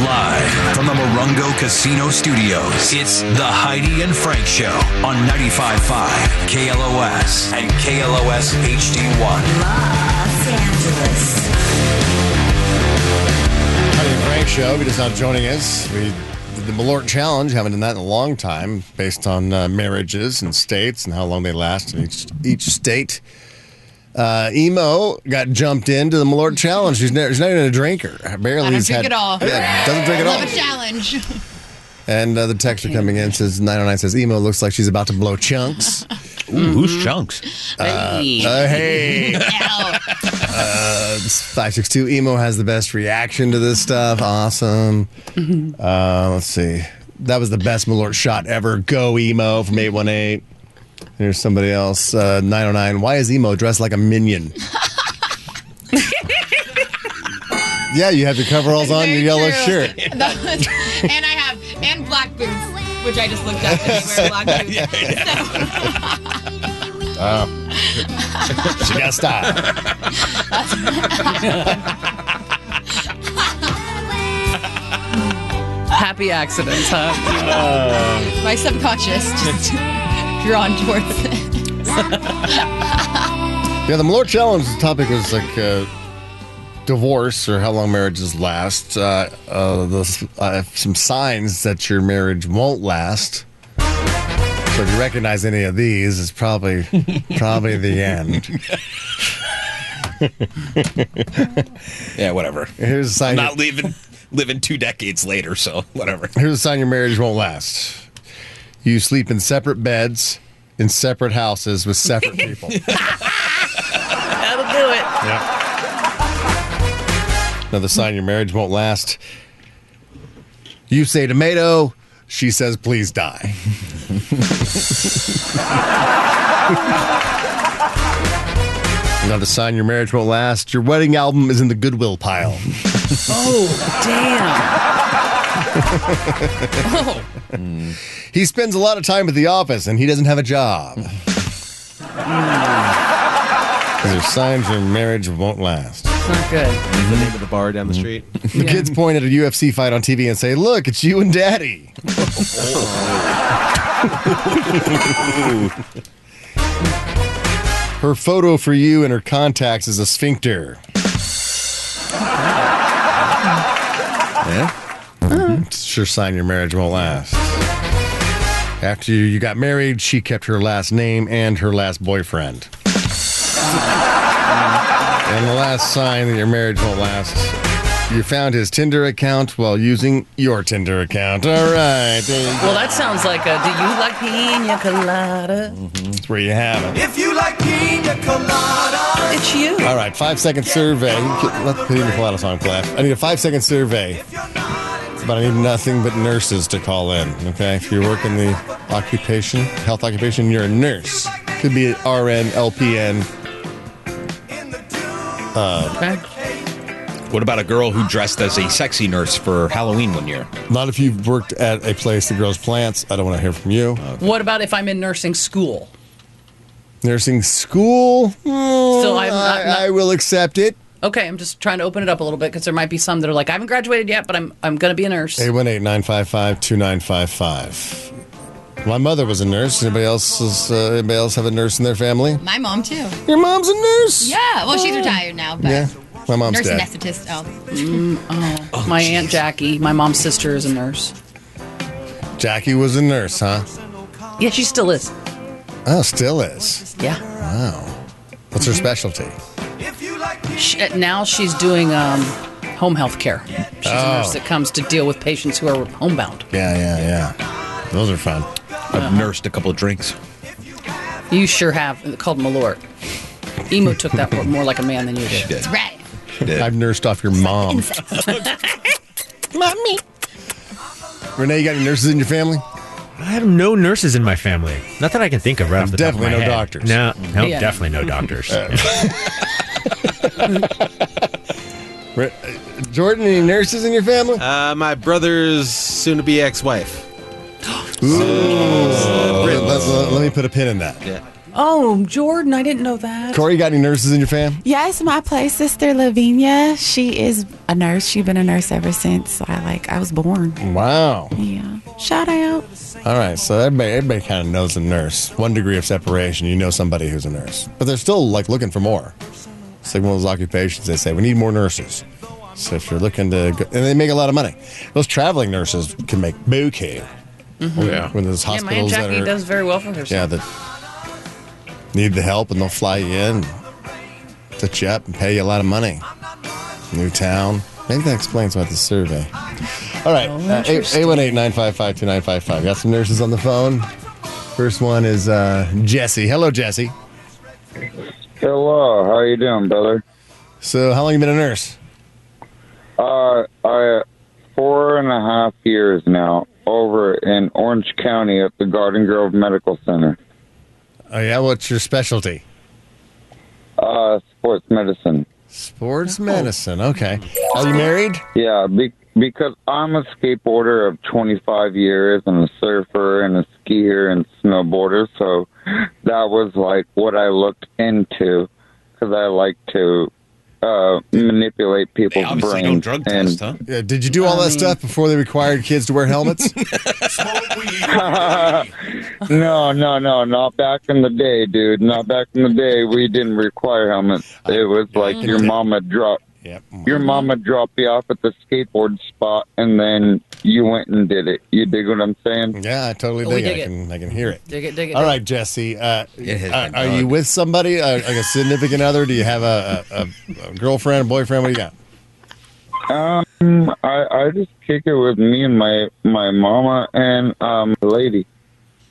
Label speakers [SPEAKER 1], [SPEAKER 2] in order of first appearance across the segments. [SPEAKER 1] From the Morongo Casino Studios, it's the Heidi and Frank Show on 95.5 KLOS and KLOS HD1.
[SPEAKER 2] Los Angeles.
[SPEAKER 3] Honey and Frank show. If you're just now joining us, we did the Malort Challenge. Haven't done that in a long time, based on uh, marriages and states and how long they last in each each state. Uh, Emo got jumped into the Malort Challenge. She's, ne- she's not even a drinker. Barely.
[SPEAKER 4] I don't
[SPEAKER 3] has
[SPEAKER 4] drink
[SPEAKER 3] had-
[SPEAKER 4] at all.
[SPEAKER 3] Yeah, doesn't drink at
[SPEAKER 4] Love a
[SPEAKER 3] all.
[SPEAKER 4] challenge.
[SPEAKER 3] And uh, the text are coming in says 909 says Emo looks like she's about to blow chunks.
[SPEAKER 5] Ooh, who's chunks?
[SPEAKER 3] Uh, hey.
[SPEAKER 4] Ow.
[SPEAKER 3] 562 emo has the best reaction to this stuff. Awesome.
[SPEAKER 4] Mm-hmm.
[SPEAKER 3] Uh, let's see. That was the best Malort shot ever. Go emo from 818. Here's somebody else. Uh, 909. Why is emo dressed like a minion? yeah, you have your coveralls on, your
[SPEAKER 4] Very
[SPEAKER 3] yellow
[SPEAKER 4] true.
[SPEAKER 3] shirt.
[SPEAKER 4] That was- and I have and black boots, which I just looked up and they wear black boots.
[SPEAKER 3] She got style.
[SPEAKER 6] Happy accidents, huh?
[SPEAKER 4] So my subconscious just drawn towards it.
[SPEAKER 3] Yeah, the Malort Challenge topic was like uh, divorce or how long marriages last. Uh, uh, those, uh, some signs that your marriage won't last. So if you recognize any of these, it's probably probably the end.
[SPEAKER 5] Yeah, whatever.
[SPEAKER 3] Here's a sign.
[SPEAKER 5] Not leaving, living two decades later, so whatever.
[SPEAKER 3] Here's a sign your marriage won't last. You sleep in separate beds, in separate houses with separate people.
[SPEAKER 6] That'll do it.
[SPEAKER 3] Another sign your marriage won't last. You say tomato, she says please die. Another sign your marriage won't last. Your wedding album is in the goodwill pile.
[SPEAKER 6] Oh, damn.
[SPEAKER 3] Oh. He spends a lot of time at the office and he doesn't have a job. Hmm. These are signs your marriage won't last. Hmm.
[SPEAKER 6] It's not good.
[SPEAKER 7] the name of the bar down the street.
[SPEAKER 3] The kids point at a UFC fight on TV and say, Look, it's you and daddy. her photo for you and her contacts is a sphincter. yeah? It's a Hmm. sure sign your marriage won't last. After you got married, she kept her last name and her last boyfriend. And the last sign that your marriage won't last, you found his Tinder account while using your Tinder account. All right, there you go.
[SPEAKER 6] Well, that sounds like a do you like pina colada?
[SPEAKER 3] that's where you have it.
[SPEAKER 1] If you like pina colada,
[SPEAKER 6] It's you.
[SPEAKER 3] All right, five second survey. Let the Pina Colada song clap. I need a five second survey,
[SPEAKER 1] if you're not into
[SPEAKER 3] but I need nothing but nurses to call in. Okay, if you work in the occupation, health occupation, you're a nurse. Could be an RN, LPN.
[SPEAKER 1] in the dude,
[SPEAKER 6] Okay.
[SPEAKER 5] What about a girl who dressed as a sexy nurse for Halloween one year?
[SPEAKER 3] Not if you've worked at a place that grows plants. I don't want to hear from you.
[SPEAKER 6] What about if I'm in nursing school?
[SPEAKER 3] Nursing school. So
[SPEAKER 6] I'm not- not-
[SPEAKER 3] I will accept it.
[SPEAKER 6] Okay, I'm just trying to open it up a little bit because there might be some that are like, I haven't graduated yet, but I'm I'm gonna be a nurse.
[SPEAKER 3] 818 955 2955. My mother was a nurse. Anybody else is, uh, anybody else have a nurse in their family?
[SPEAKER 4] My mom too.
[SPEAKER 3] Your mom's a nurse.
[SPEAKER 4] Yeah. Well, she's retired now, but
[SPEAKER 3] Yeah. My mom's
[SPEAKER 4] nurse
[SPEAKER 3] dad.
[SPEAKER 4] anesthetist. Oh,
[SPEAKER 6] my aunt Jackie, my mom's sister, is a nurse.
[SPEAKER 3] Jackie was a nurse, huh?
[SPEAKER 6] Yeah, she still is.
[SPEAKER 3] Oh, still is.
[SPEAKER 6] Yeah.
[SPEAKER 3] What's her specialty?
[SPEAKER 1] if you like pina
[SPEAKER 6] She, uh, now she's doing um, home health care. She's a nurse that comes to deal with patients who are homebound.
[SPEAKER 3] Yeah, yeah, yeah. Those are fun.
[SPEAKER 5] I've nursed a couple of drinks.
[SPEAKER 6] You sure have. It's called Malort. Emo took that word more like a man than you did.
[SPEAKER 4] that's right.
[SPEAKER 3] I've nursed off your mom.
[SPEAKER 4] Mommy.
[SPEAKER 3] Renee, you got any nurses in your family?
[SPEAKER 7] I have no nurses in my family. Not that I can think of right off the top of
[SPEAKER 3] Definitely
[SPEAKER 7] my
[SPEAKER 3] no
[SPEAKER 7] head.
[SPEAKER 3] doctors.
[SPEAKER 7] No, no,
[SPEAKER 6] Yeah.
[SPEAKER 7] definitely no doctors.
[SPEAKER 5] Uh,
[SPEAKER 3] Re- Jordan, any nurses in your family?
[SPEAKER 7] uh, my brother's soon-to-be ex-wife.
[SPEAKER 3] Ooh. uh, Let, let- let me put a pin in that.
[SPEAKER 7] uh, Yeah.
[SPEAKER 6] Oh, Jordan, I didn't know that.
[SPEAKER 3] Corey, you got any nurses in your fam?
[SPEAKER 8] Yes, my play sister Lavinia. She is a nurse. She's been a nurse ever since I like I was born.
[SPEAKER 9] Mm.
[SPEAKER 3] Wow.
[SPEAKER 8] Yeah. Shout out.
[SPEAKER 3] All right, so everybody, everybody kind of knows a nurse. One degree of separation, you know somebody who's a nurse, but they're still like looking for more. It's like one of those occupations they say we need more nurses. So if you're looking to, go, and they make a lot of money. Those traveling nurses can make bouquet.
[SPEAKER 7] Mm-hmm.
[SPEAKER 5] Yeah.
[SPEAKER 3] When there's
[SPEAKER 6] yeah, my aunt
[SPEAKER 3] hospitals that
[SPEAKER 6] Jackie
[SPEAKER 3] are,
[SPEAKER 6] does very well for
[SPEAKER 3] yeah,
[SPEAKER 6] herself.
[SPEAKER 3] that need the help and they'll fly you in, set you up, and pay you a lot of money. New town. Maybe that explains why the survey. All right,
[SPEAKER 6] Oh, interesting.
[SPEAKER 3] eight one eight nine five five two nine five five. Got some nurses on the phone. First one is uh, Jesse. Hello, Jesse.
[SPEAKER 9] Hello, how you doing, brother?
[SPEAKER 3] So, how long you been a nurse?
[SPEAKER 9] Uh, I four and a half years now over in Orange County at the Garden Grove Medical Center.
[SPEAKER 3] Oh yeah, what's your specialty?
[SPEAKER 9] Uh, sports medicine.
[SPEAKER 3] Sports
[SPEAKER 6] Oh.
[SPEAKER 3] medicine. Okay. Are you married?
[SPEAKER 9] Yeah, be- because I'm a skateboarder of 25 years and a surfer and a skier and snowboarder, so that was like what I looked into because I like to uh, manipulate
[SPEAKER 5] They
[SPEAKER 9] people's
[SPEAKER 5] obviously
[SPEAKER 9] brains.
[SPEAKER 5] don't drug
[SPEAKER 9] and-
[SPEAKER 5] test, huh?
[SPEAKER 3] Yeah, Uh, did you do all that stuff before they required kids to wear helmets?
[SPEAKER 9] No, no, no, not back in the day, dude. Not back in the day. We didn't require helmets. It was like your mama drop
[SPEAKER 3] yep.
[SPEAKER 5] Oh,
[SPEAKER 9] your mama dropped you off at the skateboard spot, and then you went and did it. You dig what I'm
[SPEAKER 5] Mm-hmm.
[SPEAKER 9] saying?
[SPEAKER 3] Yeah, I totally
[SPEAKER 6] Oh, We
[SPEAKER 3] dig it. I
[SPEAKER 6] dig it.
[SPEAKER 3] can, I can hear it.
[SPEAKER 6] Dig it, dig it.
[SPEAKER 3] All
[SPEAKER 6] dig
[SPEAKER 3] right, Jesse. Uh,
[SPEAKER 5] has
[SPEAKER 3] are,
[SPEAKER 5] been
[SPEAKER 3] are you
[SPEAKER 5] dug.
[SPEAKER 3] with somebody, uh, like a significant other? Do you have a, a, a, a girlfriend, a boyfriend? What do you got?
[SPEAKER 9] Um, I I just kick it with me and my my mama and um lady,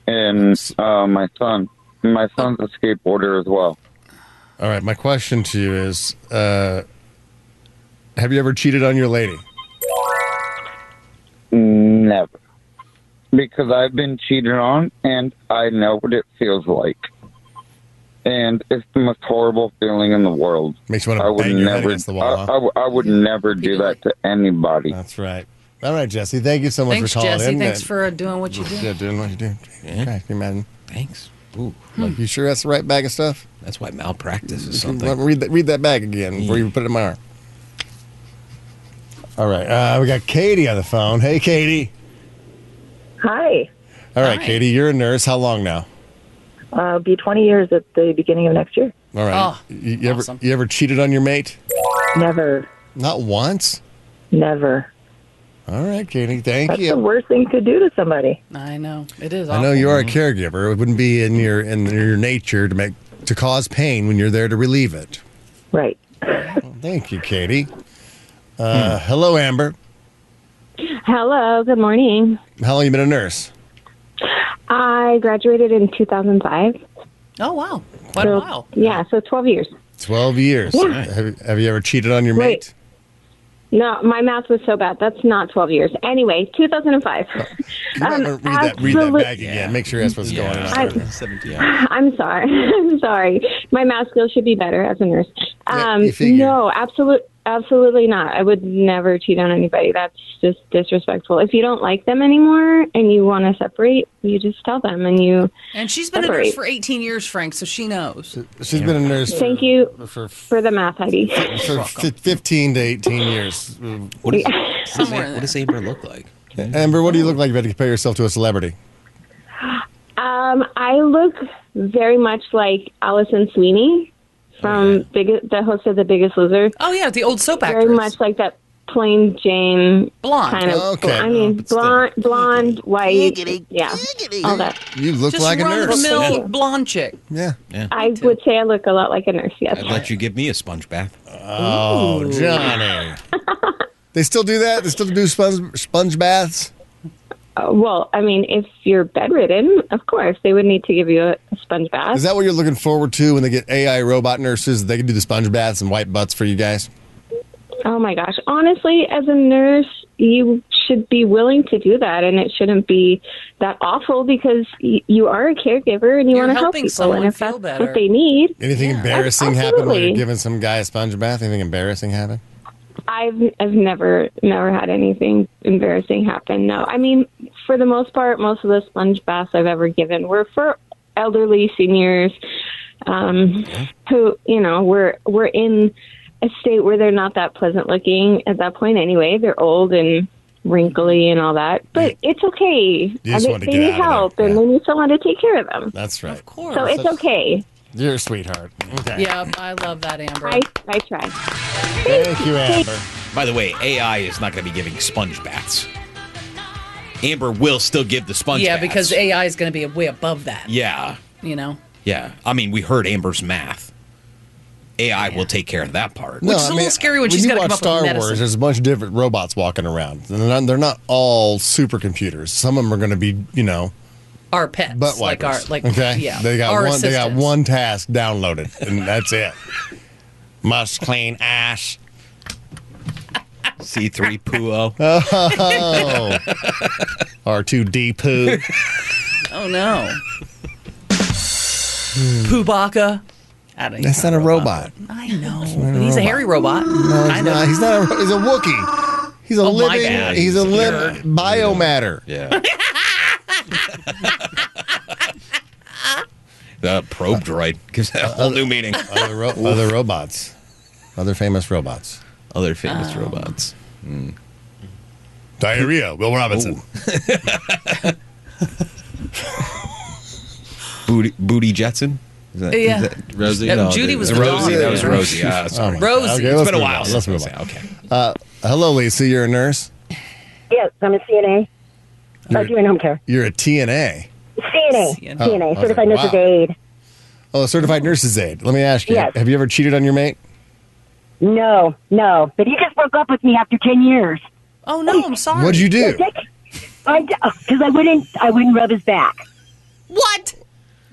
[SPEAKER 9] and uh, my son. My son's a skateboarder as well.
[SPEAKER 3] All right, my question to you is: uh, Have you ever cheated on your lady?
[SPEAKER 9] Never, because I've been cheated on, and I know what it feels like. And it's the most horrible feeling in the world.
[SPEAKER 3] Makes you want to
[SPEAKER 9] I would
[SPEAKER 3] bang your head
[SPEAKER 9] never.
[SPEAKER 3] against the wall,
[SPEAKER 9] I,
[SPEAKER 3] huh?
[SPEAKER 9] I would- I would never do that to anybody.
[SPEAKER 3] That's right. All right, Jesse. Thank you so much
[SPEAKER 6] Thanks,
[SPEAKER 3] for calling.
[SPEAKER 6] Jesse.
[SPEAKER 3] in.
[SPEAKER 6] Thanks for uh, doing what you
[SPEAKER 3] yeah,
[SPEAKER 6] do.
[SPEAKER 3] doing what you do. Okay, can you imagine?
[SPEAKER 5] Thanks. Ooh,
[SPEAKER 3] Like, Hmm. you sure that's the right bag of stuff?
[SPEAKER 5] that's why malpractice is
[SPEAKER 3] Let
[SPEAKER 5] something.
[SPEAKER 3] me read that, read that back again before
[SPEAKER 6] Mm.
[SPEAKER 3] you put it in my arm. All right, uh, we got Katie on the phone. Hey, Katie.
[SPEAKER 10] Hi.
[SPEAKER 3] All right,
[SPEAKER 6] Hi.
[SPEAKER 3] Katie, you're a nurse. How long now?
[SPEAKER 10] Uh, it'll be 20 years at the beginning of next year.
[SPEAKER 3] All right.
[SPEAKER 6] Oh,
[SPEAKER 3] you, you ever
[SPEAKER 6] awesome.
[SPEAKER 3] you ever cheated on your mate?
[SPEAKER 10] Never,
[SPEAKER 3] Not once.
[SPEAKER 10] never.
[SPEAKER 3] All right, Katie. Thank
[SPEAKER 10] That's the
[SPEAKER 3] you.
[SPEAKER 10] worst thing you could do to somebody.
[SPEAKER 6] I know. It is
[SPEAKER 3] I know you are a
[SPEAKER 6] Mm-hmm.
[SPEAKER 3] caregiver. It wouldn't be in your in your nature to make to cause pain when you're there to relieve it.
[SPEAKER 10] Right.
[SPEAKER 3] Thank you, Katie. Uh,
[SPEAKER 6] Hmm.
[SPEAKER 3] Hello, Amber.
[SPEAKER 11] Hello, good morning.
[SPEAKER 3] How long you been a nurse?
[SPEAKER 11] I graduated in 2005.
[SPEAKER 6] Oh, wow. Quite a while.
[SPEAKER 11] Yeah, so 12 years.
[SPEAKER 3] Twelve years. Have, have you ever cheated on your mate?
[SPEAKER 11] Wait. No, my math was so bad. That's not 12 years. Anyway, 2005.
[SPEAKER 3] Can you
[SPEAKER 11] Um,
[SPEAKER 3] not read that read that
[SPEAKER 11] absolute-
[SPEAKER 3] back again? Make sure that's what's going on.
[SPEAKER 11] I- I'm sorry. I'm sorry. My math skills should be better as a nurse.
[SPEAKER 3] Yeah,
[SPEAKER 11] Um,
[SPEAKER 3] you figure.
[SPEAKER 11] no, absolutely. Absolutely not. I would never cheat on anybody. That's just disrespectful. If you don't like them anymore and you want to separate, you just tell them and you
[SPEAKER 6] And she's been a nurse
[SPEAKER 11] Separate.
[SPEAKER 6] for 18 years, Frank, so she knows.
[SPEAKER 3] She's been a nurse.
[SPEAKER 11] thank you
[SPEAKER 3] for for,
[SPEAKER 11] for the math, Heidi.
[SPEAKER 3] for fi- fifteen to eighteen years.
[SPEAKER 5] What, is,
[SPEAKER 6] Somewhere in
[SPEAKER 5] what does Amber look like?
[SPEAKER 3] Amber, what do you look like if you had to compare yourself to a celebrity?
[SPEAKER 11] Um, I look very much like Allison Sweeney from Big, the host of The Biggest Loser.
[SPEAKER 6] Oh, yeah, the old soap actress.
[SPEAKER 11] Very much like that plain Jane
[SPEAKER 6] Blonde.
[SPEAKER 11] kind of.
[SPEAKER 3] Okay.
[SPEAKER 11] I mean, blonde, blonde, white, yeah, all that.
[SPEAKER 3] You look
[SPEAKER 6] Just
[SPEAKER 3] like a
[SPEAKER 6] run
[SPEAKER 3] nurse.
[SPEAKER 6] the mill
[SPEAKER 11] Yeah.
[SPEAKER 6] blonde chick.
[SPEAKER 3] Yeah.
[SPEAKER 11] I would say I look a lot like a nurse. Yes.
[SPEAKER 5] I'd let you give me a sponge bath.
[SPEAKER 3] Oh, Johnny. they still do that? They still do sponge, sponge baths?
[SPEAKER 11] Uh, well, I mean, if you're bedridden, of course they would need to give you a sponge bath.
[SPEAKER 3] Is that what you're looking forward to when they get AI robot nurses? They can do the sponge baths and wipe butts for you guys?
[SPEAKER 11] oh my gosh! Honestly, as a nurse, you should be willing to do that, and it shouldn't be that awful because y- you are a caregiver and you
[SPEAKER 6] You're
[SPEAKER 11] want to help
[SPEAKER 6] helping
[SPEAKER 11] people,
[SPEAKER 6] someone
[SPEAKER 11] and if
[SPEAKER 6] feel
[SPEAKER 11] that's
[SPEAKER 6] better.
[SPEAKER 11] what they need,
[SPEAKER 3] Anything embarrassing happen when you're
[SPEAKER 11] absolutely.
[SPEAKER 3] giving some guy a sponge bath? Anything embarrassing happen?
[SPEAKER 11] I've I've never never had anything embarrassing happen. No, I mean for the most part, most of the sponge baths I've ever given were for elderly seniors um,
[SPEAKER 3] Mm-hmm.
[SPEAKER 11] who you know we're we're in a state where they're not that pleasant looking at that point anyway. They're old and wrinkly and all that, but it's okay.
[SPEAKER 3] just
[SPEAKER 11] they
[SPEAKER 3] want to
[SPEAKER 11] they
[SPEAKER 3] get out
[SPEAKER 11] need
[SPEAKER 3] of
[SPEAKER 11] help
[SPEAKER 3] there.
[SPEAKER 11] and they need someone to take care of them.
[SPEAKER 3] That's right. Of course.
[SPEAKER 10] Oh,
[SPEAKER 11] So it's okay.
[SPEAKER 3] You're a sweetheart. Okay.
[SPEAKER 6] Yeah, I love that, Amber.
[SPEAKER 11] I I try.
[SPEAKER 3] Thank you, Amber.
[SPEAKER 5] By the way, AI is not going to be giving sponge baths. Amber will still give the sponge
[SPEAKER 6] yeah,
[SPEAKER 5] baths.
[SPEAKER 6] because AI is going to be way above that,
[SPEAKER 5] Yeah.
[SPEAKER 6] you know?
[SPEAKER 5] Yeah. I mean, we heard Amber's math. AI will take care of that part.
[SPEAKER 6] Which is a little scary when she's
[SPEAKER 3] you
[SPEAKER 6] gotta come
[SPEAKER 3] watch
[SPEAKER 6] up with
[SPEAKER 3] Star
[SPEAKER 6] medicine.
[SPEAKER 3] Wars, there's a bunch of different robots walking around. And They're not, they're not all supercomputers. Some of them are going to be, you know,
[SPEAKER 6] Our pets.
[SPEAKER 3] butt
[SPEAKER 6] like our,
[SPEAKER 3] wipers.
[SPEAKER 6] like,
[SPEAKER 3] okay,
[SPEAKER 6] yeah.
[SPEAKER 3] they got
[SPEAKER 6] our
[SPEAKER 3] one. They got
[SPEAKER 6] assistants.
[SPEAKER 3] one task downloaded, and that's it. Must clean ash.
[SPEAKER 5] C3 Puo.
[SPEAKER 3] Oh, R two D poo.
[SPEAKER 6] Oh, no. Poobaka. I don't
[SPEAKER 3] Hmm. That's not a robot.
[SPEAKER 6] I know.
[SPEAKER 3] not a
[SPEAKER 6] He's a
[SPEAKER 3] robot.
[SPEAKER 6] hairy robot.
[SPEAKER 3] No, he's
[SPEAKER 6] kind of.
[SPEAKER 3] not. He's not. A, he's a Wookie. He's a
[SPEAKER 6] Oh my
[SPEAKER 3] living.
[SPEAKER 6] God.
[SPEAKER 3] He's a living biomatter.
[SPEAKER 5] Yeah. the probe droid gives that a whole new meaning.
[SPEAKER 3] Other, ro- other robots. Other famous robots.
[SPEAKER 5] Other famous robots.
[SPEAKER 3] Diarrhea. Will Robinson.
[SPEAKER 5] Booty, Booty Jetson? Is that,
[SPEAKER 6] Yeah.
[SPEAKER 5] that Rosie?
[SPEAKER 6] Uh, Judy was the
[SPEAKER 5] Rosie.
[SPEAKER 6] dog.
[SPEAKER 5] That was Rosie. Ah, sorry.
[SPEAKER 3] Oh my
[SPEAKER 6] Rosie.
[SPEAKER 3] God. Okay,
[SPEAKER 5] it's
[SPEAKER 3] let's
[SPEAKER 5] been a
[SPEAKER 3] move
[SPEAKER 5] while.
[SPEAKER 3] on. Let's move on.
[SPEAKER 5] Okay.
[SPEAKER 3] Hello, Lisa. You're a nurse.
[SPEAKER 10] Yes, I'm a CNA. Uh, doing home care.
[SPEAKER 3] You're a TNA.
[SPEAKER 10] CNA.
[SPEAKER 6] CNA.
[SPEAKER 10] CNA,
[SPEAKER 3] Oh, okay.
[SPEAKER 10] certified nurse's
[SPEAKER 3] Wow.
[SPEAKER 10] aid.
[SPEAKER 3] Oh, a certified nurse's aide. Let me ask you.
[SPEAKER 10] Yes.
[SPEAKER 3] Have you ever cheated on your mate?
[SPEAKER 10] No, no. But he just broke up with me after 10 years.
[SPEAKER 6] Oh, no, I'm sorry.
[SPEAKER 3] What'd you do?
[SPEAKER 10] Because I wouldn't, I wouldn't rub his back.
[SPEAKER 6] What?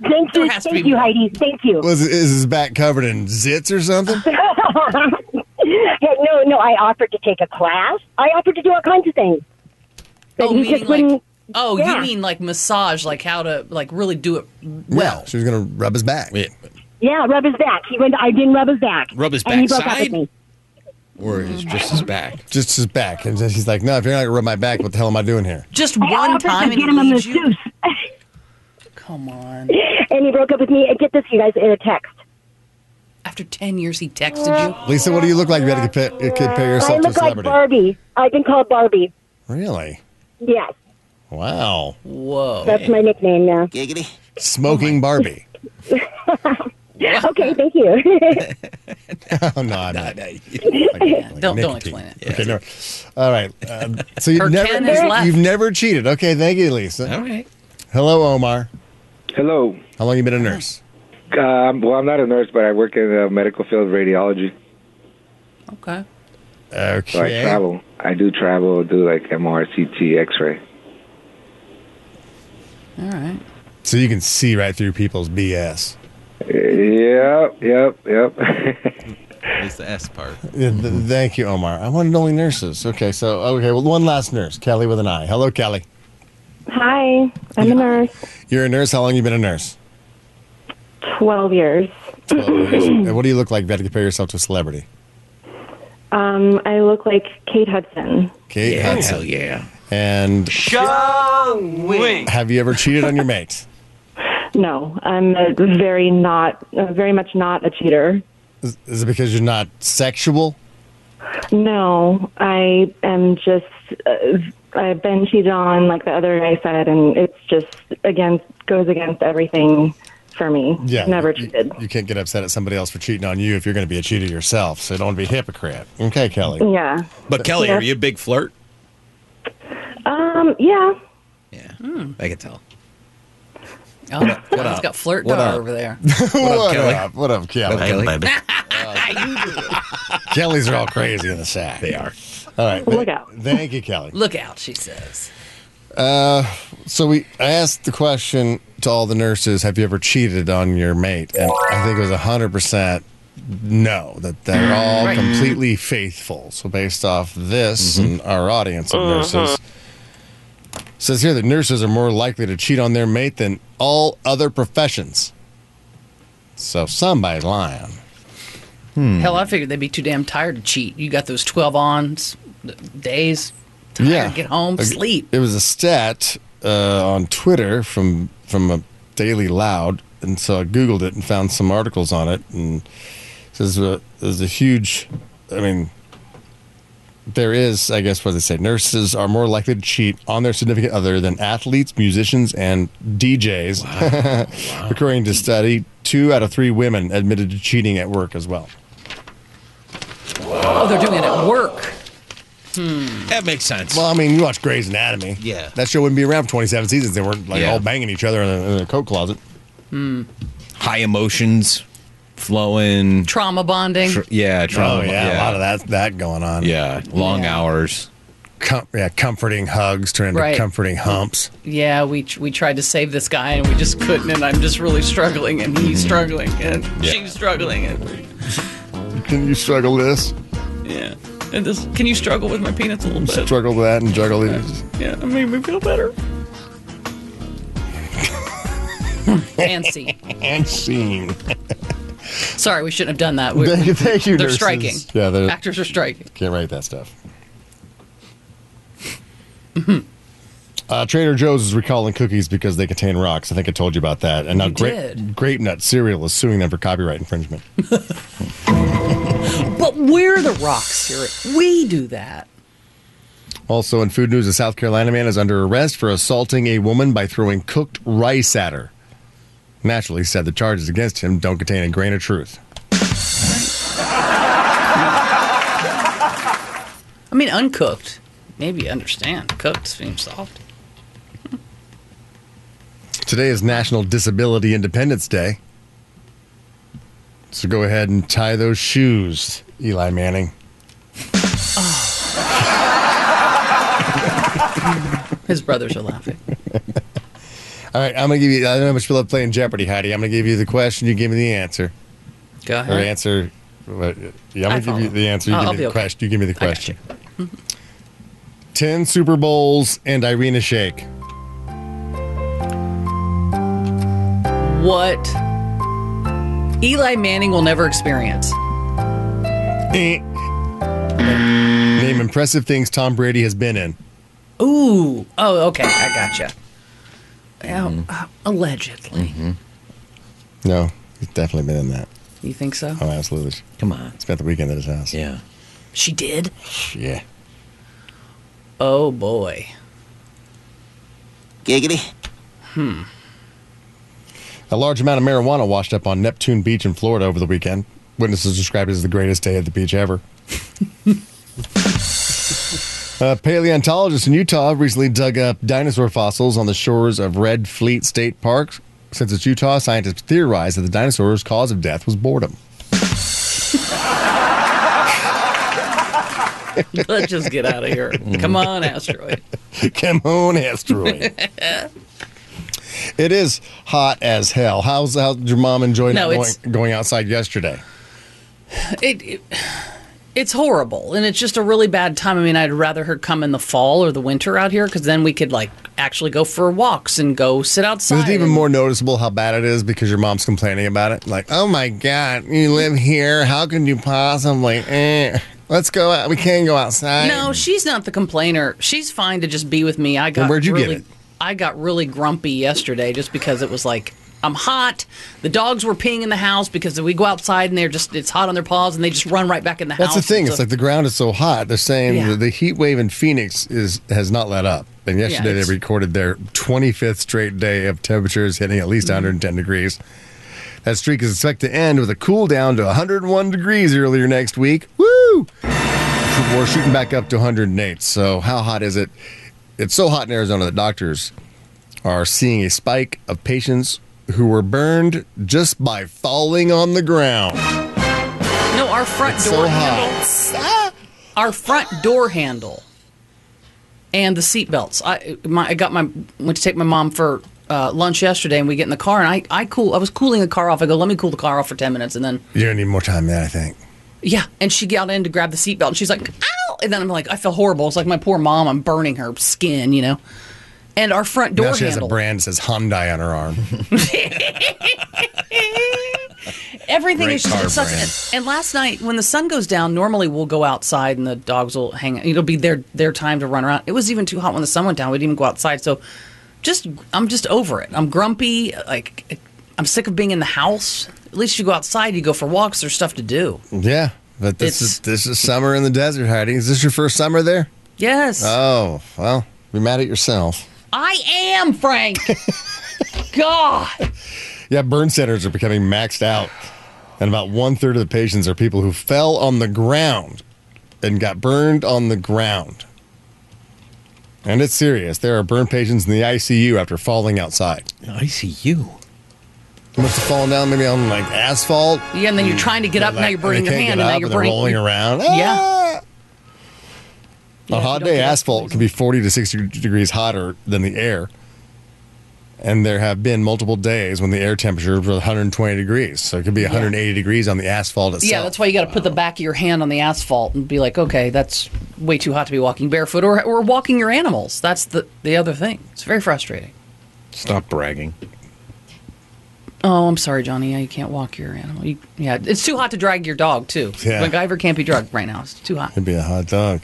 [SPEAKER 10] Thank
[SPEAKER 6] There
[SPEAKER 10] you,
[SPEAKER 6] has to
[SPEAKER 10] thank
[SPEAKER 6] be
[SPEAKER 10] you,
[SPEAKER 6] more.
[SPEAKER 10] Heidi. Thank you.
[SPEAKER 3] Was is his back covered in zits or something?
[SPEAKER 10] Yeah, no, no. I offered to take a class. I offered to do all kinds of things. But
[SPEAKER 6] Oh,
[SPEAKER 10] he
[SPEAKER 6] meaning
[SPEAKER 10] just
[SPEAKER 6] like-
[SPEAKER 10] wouldn't.
[SPEAKER 6] Oh,
[SPEAKER 10] Yeah.
[SPEAKER 6] you mean like massage, like how to like really do it
[SPEAKER 3] Well,
[SPEAKER 6] well.
[SPEAKER 3] she was gonna rub his back.
[SPEAKER 5] Wait,
[SPEAKER 10] Yeah, rub his back. He went. I didn't rub his back.
[SPEAKER 5] Rub his
[SPEAKER 10] And he broke up
[SPEAKER 5] backside?
[SPEAKER 10] with me.
[SPEAKER 5] or is just his back?
[SPEAKER 3] Just his back, and then he's like, "No, if you're not gonna rub my back, what the hell am I doing here?"
[SPEAKER 6] Just
[SPEAKER 10] I
[SPEAKER 6] one
[SPEAKER 10] offered
[SPEAKER 6] time
[SPEAKER 10] to
[SPEAKER 6] and
[SPEAKER 10] get him a
[SPEAKER 6] lead you?
[SPEAKER 10] masseuse,
[SPEAKER 6] Come on.
[SPEAKER 10] and he broke up with me. And get this, you guys, in a text.
[SPEAKER 6] After 10 years, he texted you.
[SPEAKER 3] Lisa, what do you look like? You had to compare, you compare yourself
[SPEAKER 10] I
[SPEAKER 3] to a
[SPEAKER 10] look like
[SPEAKER 3] celebrity.
[SPEAKER 10] Barbie. I've been called Barbie.
[SPEAKER 3] Really?
[SPEAKER 10] Yes,
[SPEAKER 3] Wow.
[SPEAKER 6] Whoa.
[SPEAKER 10] that's my nickname now.
[SPEAKER 3] Smoking Barbie.
[SPEAKER 10] Okay, thank you.
[SPEAKER 3] Oh no, I'm not.
[SPEAKER 6] Don't, don't
[SPEAKER 3] Nicotine.
[SPEAKER 6] explain it.
[SPEAKER 3] Okay, never. All right. Um, so you've
[SPEAKER 6] Her
[SPEAKER 3] never
[SPEAKER 6] can is left.
[SPEAKER 3] you've never cheated. Okay, thank you, Lisa.
[SPEAKER 5] All right.
[SPEAKER 3] Hello, Omar.
[SPEAKER 9] Hello.
[SPEAKER 3] How long you been a nurse?
[SPEAKER 9] Um, well, I'm not a nurse, but I work in the medical field of radiology.
[SPEAKER 6] Okay.
[SPEAKER 9] So I
[SPEAKER 3] Okay.
[SPEAKER 9] travel. I do travel, do like MR, CT, X ray.
[SPEAKER 6] All right.
[SPEAKER 3] So you can see right through people's BS.
[SPEAKER 9] Yep, yep, yep.
[SPEAKER 12] It's the S part.
[SPEAKER 3] Yeah, th- thank you, Omar. I wanted only nurses. Okay, so okay, well, one last nurse, Kelly with an I. Hello, Kelly.
[SPEAKER 11] Hi, I'm a nurse.
[SPEAKER 3] You're a nurse. How long you been a nurse?
[SPEAKER 11] Twelve years.
[SPEAKER 3] Twelve years. And what do you look like? If you had to compare yourself to a celebrity,
[SPEAKER 11] Um, I look like Kate Hudson.
[SPEAKER 3] Kate
[SPEAKER 5] Yeah,
[SPEAKER 3] Hudson.
[SPEAKER 5] hell yeah.
[SPEAKER 3] And have you ever cheated on your mate?
[SPEAKER 11] No, I'm a very not, uh, very much not a cheater.
[SPEAKER 3] Is, is it because you're not sexual?
[SPEAKER 11] No, I am just. Uh, I've been cheated on, like the other guy said, and it's just against goes against everything for me. never
[SPEAKER 3] you-
[SPEAKER 11] cheated.
[SPEAKER 3] You, can't get upset at somebody else for cheating on you if you're going to be a cheater yourself. So don't be a hypocrite. Okay, Kelly.
[SPEAKER 11] yeah.
[SPEAKER 5] But Kelly,
[SPEAKER 11] Yeah.
[SPEAKER 5] are you a big flirt?
[SPEAKER 11] Um. Yeah.
[SPEAKER 5] Yeah. I can tell.
[SPEAKER 6] Oh, he's got flirt
[SPEAKER 5] What up?
[SPEAKER 6] dog over there.
[SPEAKER 3] What, up,
[SPEAKER 5] Kelly?
[SPEAKER 3] What up, Kelly? Kellys are all crazy in the sack.
[SPEAKER 5] They are.
[SPEAKER 3] All right.
[SPEAKER 11] Look
[SPEAKER 3] th-
[SPEAKER 11] out.
[SPEAKER 3] Thank you, Kelly.
[SPEAKER 6] Look out, she says.
[SPEAKER 3] So we I asked the question to all the nurses: Have you ever cheated on your mate? And I think it was hundred percent no. That they're all completely faithful. So based off this and our audience of nurses, says here that nurses are more likely to cheat on their mate than all other professions. So somebody's lying.
[SPEAKER 6] Hell, I figured they'd be too damn tired to cheat. You got those 12 ons th- days. Tired,
[SPEAKER 3] Yeah.
[SPEAKER 6] Get home, sleep.
[SPEAKER 3] It was a stat uh, on Twitter from from a Daily Loud and so I googled it and found some articles on it, and it says uh, there's a huge, I mean, there is, I guess, what they say, nurses are more likely to cheat on their significant other than athletes, musicians, and DJs, according to study. Two out of three women admitted to cheating at work as well.
[SPEAKER 6] Oh, they're doing it at work.
[SPEAKER 5] That makes sense.
[SPEAKER 3] Well, I mean, you watch Grey's Anatomy.
[SPEAKER 5] Yeah.
[SPEAKER 3] That show wouldn't be around for 27 seasons. They weren't like
[SPEAKER 5] Yeah.
[SPEAKER 3] all banging each other in a, in a coat closet.
[SPEAKER 5] High emotions flowing.
[SPEAKER 6] Trauma bonding.
[SPEAKER 5] Tr- yeah, trauma.
[SPEAKER 3] Oh, yeah, a lot of that that going on.
[SPEAKER 5] Yeah, long hours.
[SPEAKER 3] Com- yeah, comforting hugs turn into
[SPEAKER 6] Right.
[SPEAKER 3] comforting humps.
[SPEAKER 6] Yeah, we we tried to save this guy and we just couldn't, and I'm just really struggling, and he's struggling, and
[SPEAKER 3] Mm-hmm. Yeah.
[SPEAKER 6] she's struggling, and
[SPEAKER 3] Can you struggle this?
[SPEAKER 6] yeah. And this, can you struggle with my peanuts a little bit?
[SPEAKER 3] Struggle that and juggle these.
[SPEAKER 6] Yeah, it made me feel better. Fancy.
[SPEAKER 3] And scene.
[SPEAKER 6] Sorry, we shouldn't have done that. We're-
[SPEAKER 3] Thank you- thank you,
[SPEAKER 6] They're
[SPEAKER 3] nurses.
[SPEAKER 6] striking.
[SPEAKER 3] Yeah, they're-
[SPEAKER 6] actors are striking.
[SPEAKER 3] Can't write that stuff.
[SPEAKER 6] Mm-hmm.
[SPEAKER 3] Uh, Trader Joe's is recalling cookies because they contain rocks. I think I told you about that. And now
[SPEAKER 6] You
[SPEAKER 3] Grape,
[SPEAKER 6] did.
[SPEAKER 3] Grape Nut cereal is suing them for copyright infringement.
[SPEAKER 6] But we're the rocks here. We do that.
[SPEAKER 3] Also, in food news, a South Carolina man is under arrest for assaulting a woman by throwing cooked rice at her. Naturally, he said the charges against him don't contain a grain of truth.
[SPEAKER 6] I mean, uncooked. Maybe you understand. Cooked seems soft.
[SPEAKER 3] Today is National Disability Independence Day. So go ahead and tie those shoes, Eli Manning.
[SPEAKER 6] His brothers are laughing.
[SPEAKER 3] All right, I'm going to give you, I don't know how much you love playing Jeopardy, Heidi. I'm going to give you the question, you give me the answer.
[SPEAKER 6] Go
[SPEAKER 3] Or
[SPEAKER 6] ahead.
[SPEAKER 3] answer, what- yeah,
[SPEAKER 6] I
[SPEAKER 3] I'm going to give
[SPEAKER 6] follow.
[SPEAKER 3] you the answer, you
[SPEAKER 6] I'll-
[SPEAKER 3] give
[SPEAKER 6] I'll
[SPEAKER 3] me
[SPEAKER 6] be
[SPEAKER 3] the
[SPEAKER 6] okay.
[SPEAKER 3] question. You give me the
[SPEAKER 6] I got
[SPEAKER 3] question. 10 Super Bowls and Irina Shayk.
[SPEAKER 6] What Eli Manning will never experience.
[SPEAKER 3] Eh. Name impressive things Tom Brady has been in.
[SPEAKER 6] Ooh. Oh, okay. I gotcha. Yeah,
[SPEAKER 3] Mm-hmm.
[SPEAKER 6] uh, allegedly.
[SPEAKER 3] No, he's definitely been in that.
[SPEAKER 6] You think so?
[SPEAKER 3] Oh, absolutely.
[SPEAKER 5] Come on.
[SPEAKER 3] Spent the weekend at his house.
[SPEAKER 5] Yeah.
[SPEAKER 6] She did?
[SPEAKER 3] Yeah.
[SPEAKER 6] Oh, boy.
[SPEAKER 13] Giggity.
[SPEAKER 3] A large amount of marijuana washed up on Neptune Beach in Florida over the weekend. Witnesses described it as the greatest day at the beach ever. Uh, paleontologists in Utah have recently dug up dinosaur fossils on the shores of Red Fleet State Park. Since it's Utah, scientists theorize that the dinosaur's cause of death was boredom.
[SPEAKER 6] Let's just get out of here.
[SPEAKER 3] Mm-hmm.
[SPEAKER 6] Come on, asteroid.
[SPEAKER 3] Come on, asteroid. It is hot as hell. How's how did your mom enjoy
[SPEAKER 6] No,
[SPEAKER 3] not going,
[SPEAKER 6] it's-
[SPEAKER 3] going outside yesterday?
[SPEAKER 6] It, it it's horrible, and it's just a really bad time. I mean, I'd rather her come in the fall or the winter out here because then we could like actually go for walks and go sit outside.
[SPEAKER 3] Is it even
[SPEAKER 6] and-
[SPEAKER 3] more noticeable how bad it is because your mom's complaining about it? Like, oh my god, you live here. How can you possibly? Eh, let's go out. We can go outside.
[SPEAKER 6] No, she's not the complainer. She's fine to just be with me. I got
[SPEAKER 3] where'd you get
[SPEAKER 6] really,
[SPEAKER 3] it?
[SPEAKER 6] I got really grumpy yesterday just because it was like I'm hot. The dogs were peeing in the house because we go outside and they're just it's hot on their paws and they just run right back in the
[SPEAKER 3] That's
[SPEAKER 6] house.
[SPEAKER 3] the thing.
[SPEAKER 6] So-
[SPEAKER 3] It's like the ground is so hot. They're saying
[SPEAKER 6] Yeah.
[SPEAKER 3] that the heat wave in Phoenix is has not let up. And yesterday
[SPEAKER 6] it's-
[SPEAKER 3] they recorded their 25th straight day of temperatures hitting at
[SPEAKER 6] Mm-hmm.
[SPEAKER 3] least 110 degrees. That streak is expected to end with a cool down to 101 degrees earlier next week. Woo! We're shooting back up to 108. So how hot is it? It's so hot in Arizona that doctors are seeing a spike of patients who were burned just by falling on the ground.
[SPEAKER 6] no, our front
[SPEAKER 3] It's
[SPEAKER 6] door
[SPEAKER 3] so
[SPEAKER 6] handle.
[SPEAKER 3] hot.
[SPEAKER 6] Our front door handle. And the seatbelts. I my I got my went to take my mom for uh, lunch yesterday, and we get in the car, and I I cool I was cooling the car off. I go, let me cool the car off for ten minutes, and then
[SPEAKER 3] You're gonna need more time than that, I think.
[SPEAKER 6] Yeah, and she got in to grab the seatbelt, and she's like, "Ow!" And then I'm like, I feel horrible. It's like my poor mom. I'm burning her skin, you know. And our front door
[SPEAKER 3] now she has a
[SPEAKER 6] handle.
[SPEAKER 3] brand that says Hyundai on her arm.
[SPEAKER 6] Everything
[SPEAKER 3] Great
[SPEAKER 6] is just
[SPEAKER 3] car
[SPEAKER 6] it sucks.
[SPEAKER 3] brand.
[SPEAKER 6] And, and last night, when the sun goes down, normally we'll go outside and the dogs will hang. It'll be their their time to run around. It was even too hot when the sun went down. We didn't even go outside. So, just I'm just over it. I'm grumpy. Like I'm sick of being in the house. At least you go outside, you go for walks, there's stuff to do.
[SPEAKER 3] Yeah, but this is this is summer in the desert, Heidi. Is this your first summer there?
[SPEAKER 6] Yes.
[SPEAKER 3] Oh well, you're mad at yourself.
[SPEAKER 6] I am, Frank. God.
[SPEAKER 3] Yeah, burn centers are becoming maxed out, and about one third of the patients are people who fell on the ground and got burned on the ground. And it's serious. There are burn patients in the ICU after falling outside.
[SPEAKER 5] ICU.
[SPEAKER 3] Must have fallen down maybe on like asphalt.
[SPEAKER 6] Yeah, and then you're trying to get up, now you're burning
[SPEAKER 3] Mm. they
[SPEAKER 6] your hand,
[SPEAKER 3] can't get
[SPEAKER 6] and now
[SPEAKER 3] up
[SPEAKER 6] you're
[SPEAKER 3] they're
[SPEAKER 6] burning.
[SPEAKER 3] rolling around.
[SPEAKER 6] Yeah.
[SPEAKER 3] On a hot day, asphalt can be 40 to 60 degrees hotter than the air. And there have been multiple days when the air temperature was 120 degrees. So it could be 180 degrees on the asphalt itself.
[SPEAKER 6] Yeah, that's why you got to
[SPEAKER 5] um,
[SPEAKER 6] put the back of your hand on the asphalt and be like, okay, that's way too hot to be walking barefoot or, or walking your animals. That's the, the other thing. It's very frustrating.
[SPEAKER 5] Stop bragging.
[SPEAKER 6] Oh, I'm sorry, Johnny. Yeah, you can't walk your animal. You, yeah, it's too hot to drag your dog, too.
[SPEAKER 3] Yeah.
[SPEAKER 6] MacGyver can't be drugged right now. It's too hot.
[SPEAKER 3] It'd be a hot dog.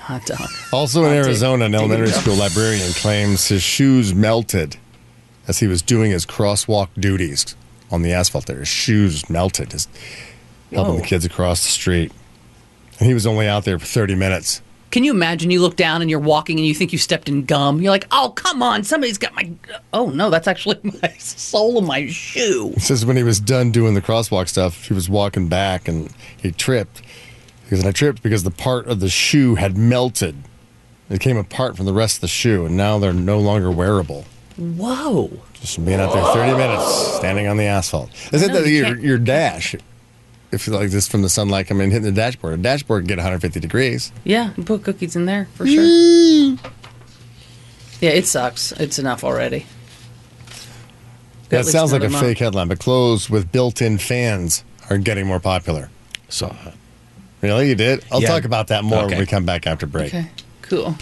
[SPEAKER 6] Hot dog.
[SPEAKER 3] Also in Arizona, an elementary school librarian claims his shoes melted as he was doing his crosswalk duties on the asphalt there. His shoes melted, his, helping
[SPEAKER 6] Whoa.
[SPEAKER 3] the kids across the street. And he was only out there for 30 minutes.
[SPEAKER 6] Can you imagine you look down and you're walking and you think you stepped in gum? You're like, oh, come on. Somebody's got my. Oh, no, that's actually my sole of my shoe.
[SPEAKER 3] He says when he was done doing the crosswalk stuff, he was walking back and he tripped. He goes, and I tripped because the part of the shoe had melted. It came apart from the rest of the shoe, and now they're no longer wearable.
[SPEAKER 6] Whoa.
[SPEAKER 3] Just being out there 30 minutes, standing on the asphalt. Is it
[SPEAKER 6] No,
[SPEAKER 3] that
[SPEAKER 6] you
[SPEAKER 3] your,
[SPEAKER 6] can't-
[SPEAKER 3] your dash? If you like this from the sunlight coming in, hitting the dashboard, a dashboard can get 150 degrees.
[SPEAKER 6] Yeah, and put cookies in there for sure. Yeah, it sucks. It's enough already. At
[SPEAKER 3] That
[SPEAKER 6] least
[SPEAKER 3] sounds like a
[SPEAKER 6] another month.
[SPEAKER 3] fake headline, but clothes with built in fans are getting more popular.
[SPEAKER 5] Saw
[SPEAKER 3] Really? You did? I'll
[SPEAKER 5] uh, Yeah.
[SPEAKER 3] talk about that more
[SPEAKER 5] Okay.
[SPEAKER 3] when we come back after break.
[SPEAKER 6] Okay, cool.